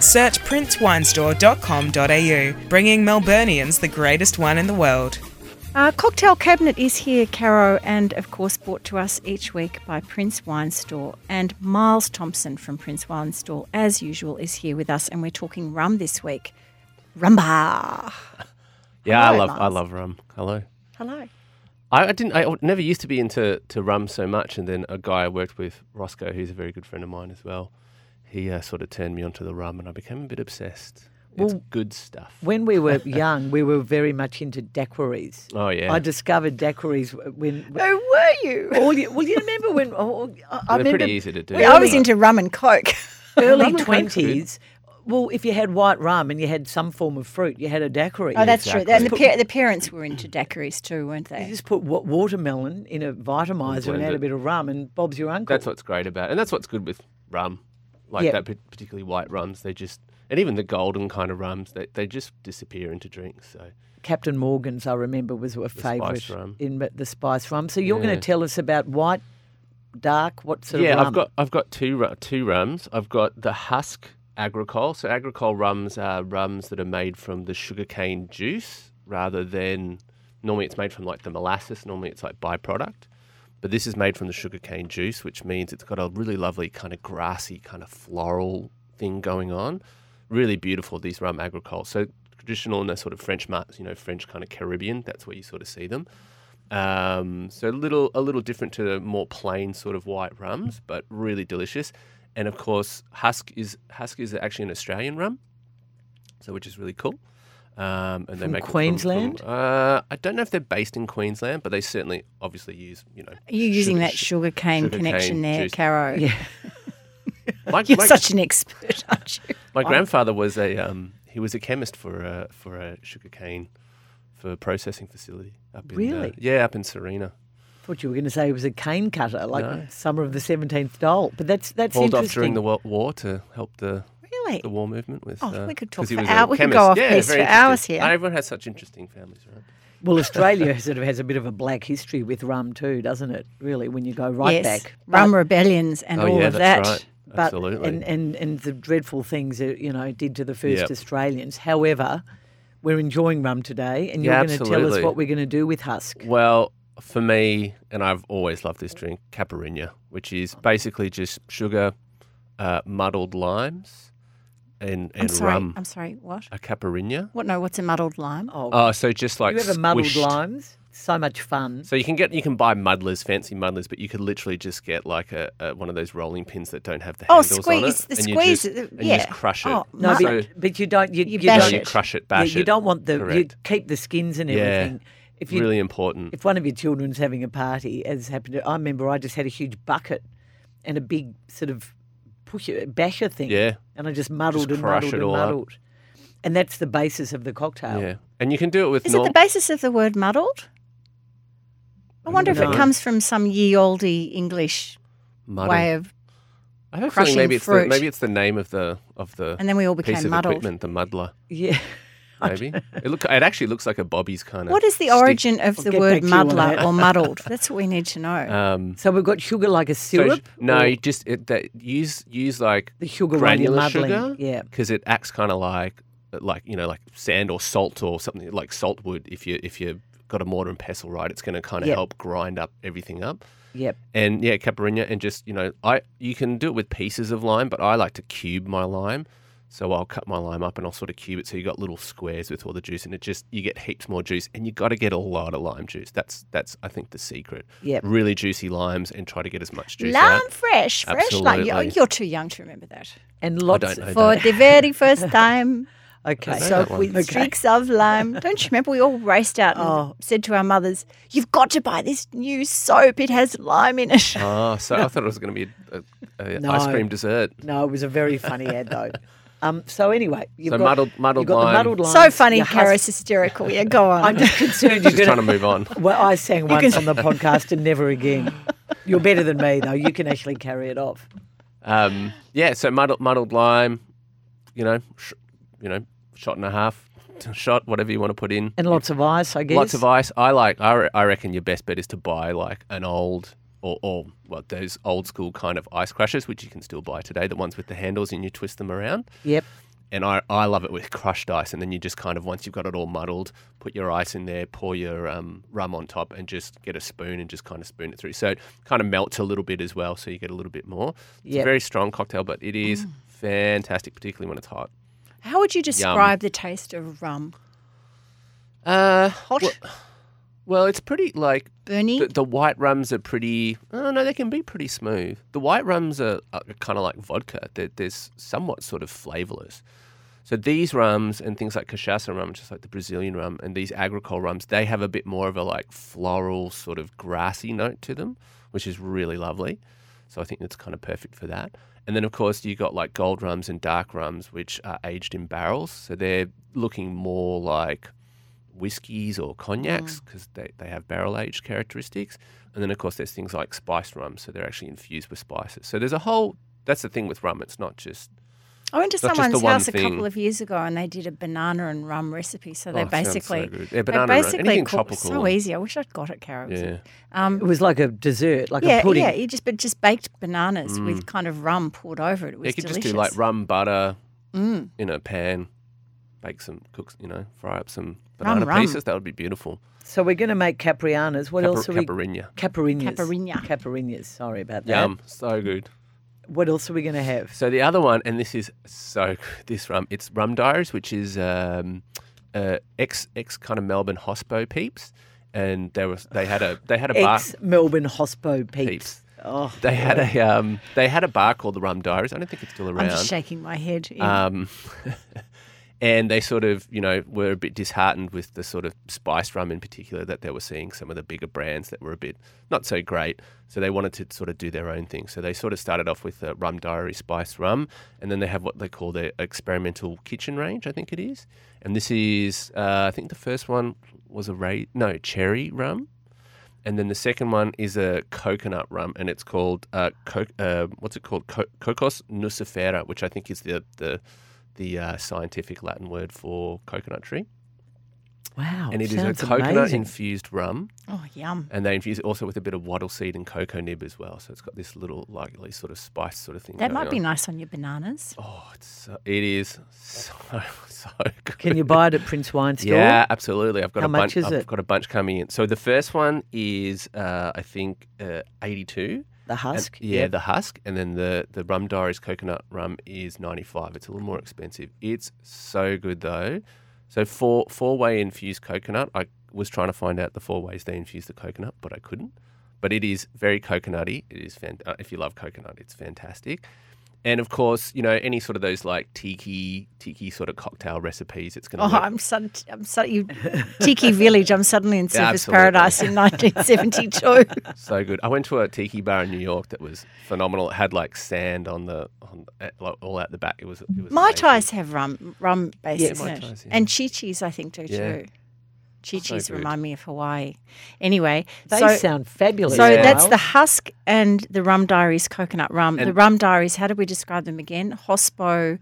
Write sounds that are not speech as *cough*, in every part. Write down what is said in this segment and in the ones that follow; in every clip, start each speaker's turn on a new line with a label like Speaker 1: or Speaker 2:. Speaker 1: Search princewinestore.com.au, bringing Melburnians the greatest wine in the world.
Speaker 2: Our Uh, cocktail cabinet is here, Caro, and of course brought to us each week by Prince Wine Store. And Miles Thompson from Prince Wine Store, as usual, is here with us, and we're talking rum this week. Rumba.
Speaker 3: Yeah,
Speaker 2: Hello,
Speaker 3: I love I
Speaker 2: Lance.
Speaker 3: love rum. Hello.
Speaker 2: Hello.
Speaker 3: I, I didn't. I w- never used to be into to rum so much, and then a guy I worked with, Roscoe, who's a very good friend of mine as well. He uh, sort of turned me onto the rum, and I became a bit obsessed. It's
Speaker 4: Well-
Speaker 3: good stuff.
Speaker 4: When we were young, we were very much into daiquiris.
Speaker 3: Oh yeah,
Speaker 4: I discovered daiquiris w- when.
Speaker 2: Who were you?
Speaker 3: Oh,
Speaker 4: All you, well, you remember when? Oh, I, I
Speaker 3: they're
Speaker 4: remember
Speaker 3: pretty easy to do.
Speaker 2: I was into rum and
Speaker 3: *laughs*
Speaker 2: coke. *laughs*
Speaker 4: early
Speaker 3: and Coke's good.
Speaker 4: twenties. Well, if you had white rum and you had some form of fruit, you had a daiquiri.
Speaker 2: Oh, that's true. And the,
Speaker 4: Exactly.
Speaker 2: par- the parents were into daiquiris too, weren't
Speaker 4: You
Speaker 2: they?
Speaker 4: just put wa- watermelon in a vitamizer and,
Speaker 3: blend
Speaker 4: add
Speaker 3: it.
Speaker 4: a bit of rum, and Bob's your uncle.
Speaker 3: That's what's great about, and that's what's good with rum, like
Speaker 4: Yeah.
Speaker 3: that pa- particularly white rums. They just and even the golden kind of rums, they they just disappear into drinks. So
Speaker 4: Captain Morgan's, I remember, was a favourite
Speaker 3: spice rum.
Speaker 4: in but the spice rum. So you're going
Speaker 3: Yeah.
Speaker 4: to tell us about white, dark, what sort
Speaker 3: yeah,
Speaker 4: of rum?
Speaker 3: I've got I've got two ru- two rums. I've got the husk agricole. So agricole rums are rums that are made from the sugarcane juice rather than normally it's made from like the molasses. Normally it's like byproduct, but this is made from the sugarcane juice, which means it's got a really lovely kind of grassy kind of floral thing going on. Really beautiful these rum agricole. So traditional in the sort of French, mar- you know, French kind of Caribbean. That's where you sort of see them. Um, so a little a little different to the more plain sort of white rums, but really delicious. And of course, husk is husk is actually an Australian rum, so which is really cool. Um, and they
Speaker 4: From
Speaker 3: make it from-
Speaker 4: Queensland?
Speaker 3: from- uh, I don't know if they're based in Queensland, but they certainly obviously use you know.
Speaker 2: Are you using that
Speaker 3: sh-
Speaker 2: sugarcane
Speaker 3: sugarcane
Speaker 2: connection there,
Speaker 3: juice.
Speaker 2: Caro?
Speaker 4: Yeah.
Speaker 3: my,
Speaker 2: *laughs* You're
Speaker 3: my-
Speaker 2: such an expert, aren't you? Oh,
Speaker 3: my grandfather was a um, he was a chemist for a for a sugarcane for processing facility up in uh,
Speaker 4: Really?
Speaker 3: yeah up in Serena.
Speaker 4: thought you were going to say it was a cane cutter, like
Speaker 3: No.
Speaker 4: Summer of the Seventeenth Dole. But that's that's
Speaker 3: Hauled off
Speaker 4: interesting.
Speaker 3: during the wo- war to help the
Speaker 2: Really?
Speaker 3: the war movement with.
Speaker 2: Oh,
Speaker 3: uh,
Speaker 2: we could talk
Speaker 3: 'cause he
Speaker 2: for
Speaker 3: was a
Speaker 2: hour- we could go
Speaker 3: chemist.
Speaker 2: off
Speaker 3: Yeah,
Speaker 2: piece
Speaker 3: very
Speaker 2: for hours
Speaker 3: interesting.
Speaker 2: here.
Speaker 3: And everyone has such interesting families, right? *laughs*
Speaker 4: well, Australia sort of has a bit of a black history with rum too, doesn't it? Really, when you go right
Speaker 2: yes.
Speaker 4: back,
Speaker 2: Rum rebellions and all
Speaker 3: Oh, yeah,
Speaker 2: of that.
Speaker 3: that's right.
Speaker 4: but
Speaker 3: Absolutely.
Speaker 4: and, and and the dreadful things that you know it did to the first
Speaker 3: Yep.
Speaker 4: Australians. However, we're enjoying rum today, and you're
Speaker 3: Yeah,
Speaker 4: going to tell us
Speaker 3: absolutely.
Speaker 4: what we're going to do with husk.
Speaker 3: well, for me, and I've always loved this drink, caipirinha, which is basically just sugar, uh, muddled limes, and,
Speaker 2: I'm
Speaker 3: and
Speaker 2: sorry.
Speaker 3: rum.
Speaker 2: I'm sorry. What?
Speaker 3: A caipirinha.
Speaker 2: What? No, what's a muddled lime?
Speaker 4: Oh,
Speaker 3: Oh, so just like
Speaker 4: you ever muddled
Speaker 3: squished.
Speaker 4: limes? So much fun.
Speaker 3: So you can get you can buy muddlers, fancy muddlers, but you could literally just get like a, a one of those rolling pins that don't have the
Speaker 2: Oh,
Speaker 3: handles on
Speaker 2: squeeze-
Speaker 3: it,
Speaker 2: the
Speaker 3: and you
Speaker 2: squeeze,
Speaker 3: just,
Speaker 2: uh,
Speaker 3: and you just
Speaker 2: yeah.
Speaker 3: crush it.
Speaker 2: Oh,
Speaker 4: No,
Speaker 3: so,
Speaker 4: but, but you don't. You,
Speaker 2: You
Speaker 4: you
Speaker 2: bash
Speaker 3: no,
Speaker 4: don't,
Speaker 3: you
Speaker 2: it.
Speaker 3: crush it,
Speaker 4: Yeah,
Speaker 3: bash it.
Speaker 4: you don't want the
Speaker 3: Correct.
Speaker 4: you keep the skins and
Speaker 3: Yeah.
Speaker 4: everything. If you
Speaker 3: really important.
Speaker 4: if one of your children's having a party, as happened, to, I remember I just had a huge bucket and a big sort of pusher basher thing.
Speaker 3: Yeah.
Speaker 4: and I just muddled
Speaker 3: Just
Speaker 4: and
Speaker 3: crush
Speaker 4: muddled
Speaker 3: it
Speaker 4: and
Speaker 3: all up.
Speaker 4: muddled, and that's the basis of the cocktail.
Speaker 3: Yeah, and you can do it with
Speaker 2: Is
Speaker 3: norm-
Speaker 2: it the basis of the word muddled? I wonder if it
Speaker 3: No.
Speaker 2: comes from some ye olde English
Speaker 3: muddle.
Speaker 2: way of,
Speaker 3: I have a
Speaker 2: crushing
Speaker 3: feeling maybe it's
Speaker 2: fruit.
Speaker 3: the, maybe it's the name of the of the
Speaker 2: and then we all
Speaker 3: piece
Speaker 2: became
Speaker 3: of
Speaker 2: muddled.
Speaker 3: equipment, the muddler.
Speaker 4: *laughs* Yeah.
Speaker 3: Maybe it look it actually looks like a Bobby's kind of.
Speaker 2: What is the
Speaker 3: stick.
Speaker 2: origin of the
Speaker 4: get
Speaker 2: word
Speaker 4: back to you on
Speaker 2: muddler
Speaker 4: that. *laughs*
Speaker 2: or muddled? That's what we need to know.
Speaker 3: Um,
Speaker 4: So we've got sugar like a
Speaker 3: so
Speaker 4: syrup.
Speaker 3: sh- no,
Speaker 4: or
Speaker 3: you just it, that use use like
Speaker 4: the sugar one you're
Speaker 3: granular
Speaker 4: muddling.
Speaker 3: sugar.
Speaker 4: Yeah.
Speaker 3: because it acts kind of like like you know like sand or salt or something like salt would if you if you got a mortar and pestle right. It's going to kind of
Speaker 4: Yeah.
Speaker 3: help grind up everything up.
Speaker 4: Yep.
Speaker 3: and yeah, caipirinha, and just you know, I you can do it with pieces of lime, but I like to cube my lime. So I'll cut my lime up and I'll sort of cube it so you got little squares with all the juice, and it just you get heaps more juice, and you got to get a lot of lime juice. That's that's I think the secret.
Speaker 4: Yep.
Speaker 3: really juicy limes and try to get as much juice.
Speaker 2: Lime
Speaker 3: out.
Speaker 2: fresh, fresh. Like you're,
Speaker 3: Absolutely.
Speaker 2: you're too young to remember that.
Speaker 4: And lots.
Speaker 3: don't know
Speaker 4: of,
Speaker 2: For the very first
Speaker 3: *laughs*
Speaker 2: time,
Speaker 4: okay.
Speaker 3: know
Speaker 4: So
Speaker 3: that one.
Speaker 4: we,
Speaker 2: with streaks of lime. Don't you remember? We all raced out and
Speaker 4: Oh.
Speaker 2: said to our mothers, "You've got to buy this new soap. It has lime in it."
Speaker 3: Ah, so I thought it was going to be a, a, a
Speaker 4: *laughs* No.
Speaker 3: ice cream dessert.
Speaker 4: No, it was a very funny ad
Speaker 3: *laughs*
Speaker 4: though. Um, so anyway, you've
Speaker 3: So
Speaker 4: got,
Speaker 3: muddled- muddled
Speaker 4: you've got
Speaker 3: lime.
Speaker 4: the muddled lime.
Speaker 2: so funny,
Speaker 4: your
Speaker 2: Kara's hysterical. Yeah, go on.
Speaker 4: *laughs* I'm just concerned you're
Speaker 3: Just
Speaker 4: going
Speaker 3: trying to move on.
Speaker 4: Well, I sang once on the podcast and never
Speaker 3: *laughs*
Speaker 4: again. You're better than me though. You can actually carry it off.
Speaker 3: Um, yeah, so muddled, muddled lime, you know, sh- you know, shot and a half, *laughs* shot whatever you want to put in.
Speaker 4: And lots of ice, I guess.
Speaker 3: Lots of ice. I like. I, re- I reckon your best bet is to buy like an old or or well those old school kind of ice crushers, which you can still buy today. The ones with the handles and you twist them around.
Speaker 4: Yep.
Speaker 3: And I, I love it with crushed ice. And then you just kind of, once you've got it all muddled, put your ice in there, pour your um, rum on top, and just get a spoon and just kind of spoon it through. So it kind of melts a little bit as well. So you get a little bit more. It's
Speaker 4: Yep.
Speaker 3: a very strong cocktail, but it is fantastic, particularly when it's hot.
Speaker 2: How would you describe the taste of rum?
Speaker 3: Uh,
Speaker 2: Hot,
Speaker 3: well, it's pretty like
Speaker 2: Bernie?
Speaker 3: The, the white rums are pretty. Oh no, they can be pretty smooth. The white rums are, are kind of like vodka. They're, they're s- somewhat sort of flavorless. So these rums and things like cachaça rum, just like the Brazilian rum, and these agricole rums, they have a bit more of a like floral sort of grassy note to them, which is really lovely. So I think that's kind of perfect for that. And then of course you got like gold rums and dark rums, which are aged in barrels. So they're looking more like whiskies or
Speaker 2: Mm.
Speaker 3: cognacs because they, they have barrel aged characteristics. And then, of course, there's things like spiced rum. So they're actually infused with spices. So there's a whole, that's the thing with rum. It's not just,
Speaker 2: I went to
Speaker 3: not just the
Speaker 2: someone's
Speaker 3: one
Speaker 2: house a
Speaker 3: thing.
Speaker 2: couple of years ago and they did a banana and rum recipe. So they
Speaker 3: Oh, it sounds so
Speaker 2: basically,
Speaker 3: good. Yeah,
Speaker 2: they
Speaker 3: banana and rum.
Speaker 2: basically
Speaker 3: Anything
Speaker 2: cook-
Speaker 3: tropical
Speaker 2: So
Speaker 3: and-
Speaker 2: easy. I wish I'd got it, Carol. Um,
Speaker 3: yeah.
Speaker 4: It was like a dessert, like a
Speaker 2: Yeah,
Speaker 4: pudding.
Speaker 2: yeah, you just but just baked bananas with kind of rum poured over it. It was
Speaker 3: You Mm. could
Speaker 2: delicious. Mm.
Speaker 3: just do like rum butter in a pan, bake some, cook, you know, fry up some banana
Speaker 2: rum.
Speaker 3: pieces. That would be beautiful.
Speaker 4: So we're going to make caprianas. What
Speaker 3: Capar-
Speaker 4: else are we?
Speaker 3: Caparinha.
Speaker 4: Caparinas.
Speaker 2: Caparinha.
Speaker 4: Caparinas. Sorry about that.
Speaker 3: Yum. So good.
Speaker 4: What else are we going to have?
Speaker 3: So the other one, and this is so good, this rum, it's Rum Diaries, which is um, uh, ex ex kind of Melbourne hospo peeps, and there was they had a they had a bar
Speaker 4: Ex Melbourne hospo peeps.
Speaker 3: peeps.
Speaker 4: Oh,
Speaker 3: They had a um, they had a bar called the Rum Diaries. I don't think it's still around.
Speaker 2: I'm just shaking my head. in-
Speaker 3: Um, and they sort of, you know, were a bit disheartened with the sort of spiced rum in particular that they were seeing some of the bigger brands that were a bit not so great. So they wanted to sort of do their own thing. So they sort of started off with the rum diary spiced rum, and then they have what they call their experimental kitchen range, I think it is. And this is, uh, I think the first one was a ra- no cherry rum. And then the second one is a coconut rum, and it's called uh, co- uh what's it called? Co- Cocos nucifera, which I think is the the the uh, scientific Latin word for coconut tree.
Speaker 4: wow.
Speaker 3: and it is a
Speaker 4: Oh, sounds
Speaker 3: coconut
Speaker 4: amazing.
Speaker 3: infused rum,
Speaker 2: oh, yum.
Speaker 3: and they infuse it also with a bit of wattle seed and cocoa nib as well. So it's got this little likely sort of spice sort of thing.
Speaker 2: That might
Speaker 3: going
Speaker 2: be
Speaker 3: on.
Speaker 2: nice on your bananas.
Speaker 3: Oh, it's so, it is so *laughs* so good.
Speaker 4: Can you buy it at Prince Wine
Speaker 3: *laughs*
Speaker 4: Store?
Speaker 3: Yeah, absolutely. I've got
Speaker 4: How
Speaker 3: a
Speaker 4: much
Speaker 3: bunch.
Speaker 4: is
Speaker 3: I've
Speaker 4: it?
Speaker 3: got a bunch coming in. So the first one is uh, I think uh, eighty two.
Speaker 4: The
Speaker 3: And-
Speaker 4: husk.
Speaker 3: yeah, the husk, and then the the rum diaries coconut rum is ninety five. It's a little more expensive. It's so good though. So four four way infused coconut. I was trying to find out the four ways they infuse the coconut, but I couldn't. But it is very coconutty. It is fan- uh, if you love coconut, it's fantastic. And of course, you know any sort of those like tiki tiki sort of cocktail recipes. It's going
Speaker 2: Oh,
Speaker 3: to work
Speaker 2: I'm sudden, I'm sudden, you *laughs* Tiki Village. I'm suddenly in
Speaker 3: Yeah,
Speaker 2: Surface
Speaker 3: absolutely.
Speaker 2: Paradise in 1972.
Speaker 3: *laughs* so good. I went to a tiki bar in New York that was phenomenal. It had like sand on the on at- like, all out the back. It was, it was
Speaker 2: Mai
Speaker 3: amazing.
Speaker 2: Tais have rum, rum based,
Speaker 4: Yeah,
Speaker 2: isn't
Speaker 3: Mai
Speaker 2: it?
Speaker 3: Tais, yeah.
Speaker 2: And Chi Chi's, I think, do
Speaker 3: Yeah.
Speaker 2: too. Chi Chi's
Speaker 3: good.
Speaker 2: remind me of Hawaii. Anyway,
Speaker 4: They
Speaker 2: so,
Speaker 4: sound fabulous.
Speaker 2: so
Speaker 3: Yeah.
Speaker 2: that's
Speaker 4: Niall.
Speaker 2: the husk and the rum diaries, coconut rum. the
Speaker 3: And-
Speaker 2: rum diaries, how did we describe them again? Hospo,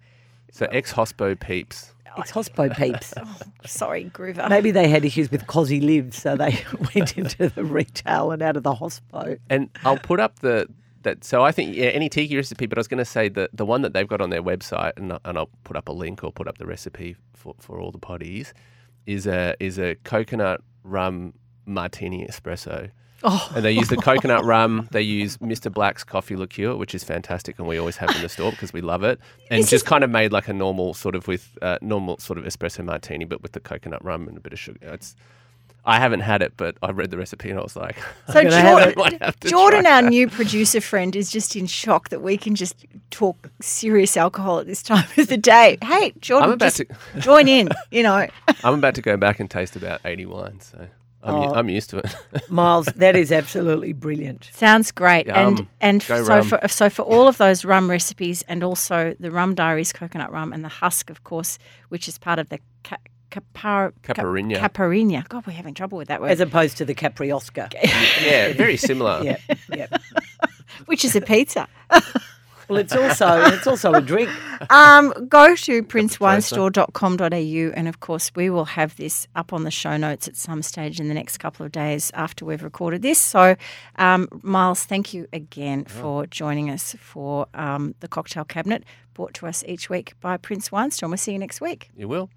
Speaker 3: So ex hospo peeps.
Speaker 4: It's
Speaker 2: *laughs*
Speaker 4: hospo peeps.
Speaker 2: Oh. sorry, Groover.
Speaker 4: Maybe they had issues with Cosy Live, so they *laughs* went into the retail and out of the hospo.
Speaker 3: And I'll put up the that. So I think yeah, any tiki recipe. But I was going to say the the one that they've got on their website, and I- and I'll put up a link or put up the recipe for for all the potties, is a is a coconut rum martini espresso.
Speaker 2: Oh.
Speaker 3: And they use the coconut rum. They use Mr. Black's coffee liqueur, which is fantastic, and we always have in the store because we
Speaker 2: *laughs*
Speaker 3: love it. And just kind of made like a normal sort of with uh, normal sort of espresso martini, but with the coconut rum and a bit of sugar. It's I haven't had it, but I read the recipe and I was like, *laughs*
Speaker 2: So
Speaker 4: gonna have
Speaker 2: Jordan,
Speaker 3: it. Might have to
Speaker 2: Jordan,
Speaker 3: try
Speaker 2: our
Speaker 3: that.
Speaker 2: new producer friend, is just in shock that we can just talk serious alcohol at this time of the day. Hey, Jordan,
Speaker 3: I'm about
Speaker 2: just
Speaker 3: to-
Speaker 2: join in. You know,
Speaker 3: *laughs* I'm about to go back and taste about 80 wines, so *laughs* I'm, u- I'm used to it.
Speaker 4: Miles, that is absolutely brilliant.
Speaker 2: sounds great. and
Speaker 3: Yum.
Speaker 2: and
Speaker 3: Go
Speaker 2: so
Speaker 3: rum.
Speaker 2: for uh, so for all of those rum recipes, and also the rum diaries, coconut rum, and the husk, of course, which is part of the ca- capar- ca-
Speaker 3: Caparinha.
Speaker 2: Caparinha. God, we're having trouble with that word.
Speaker 4: As opposed to the Capriosca.
Speaker 3: *laughs* yeah, very similar.
Speaker 4: yeah, yeah.
Speaker 2: which is a pizza.
Speaker 4: *laughs* Well, it's also it's also a drink.
Speaker 2: Um, go to princewinestore.com.au and of course we will have this up on the show notes at some stage in the next couple of days after we've recorded this. So, um, Miles, thank you again for joining us for um, the cocktail cabinet brought to us each week by Prince Wine Store. And We'll see you next week.
Speaker 3: You will.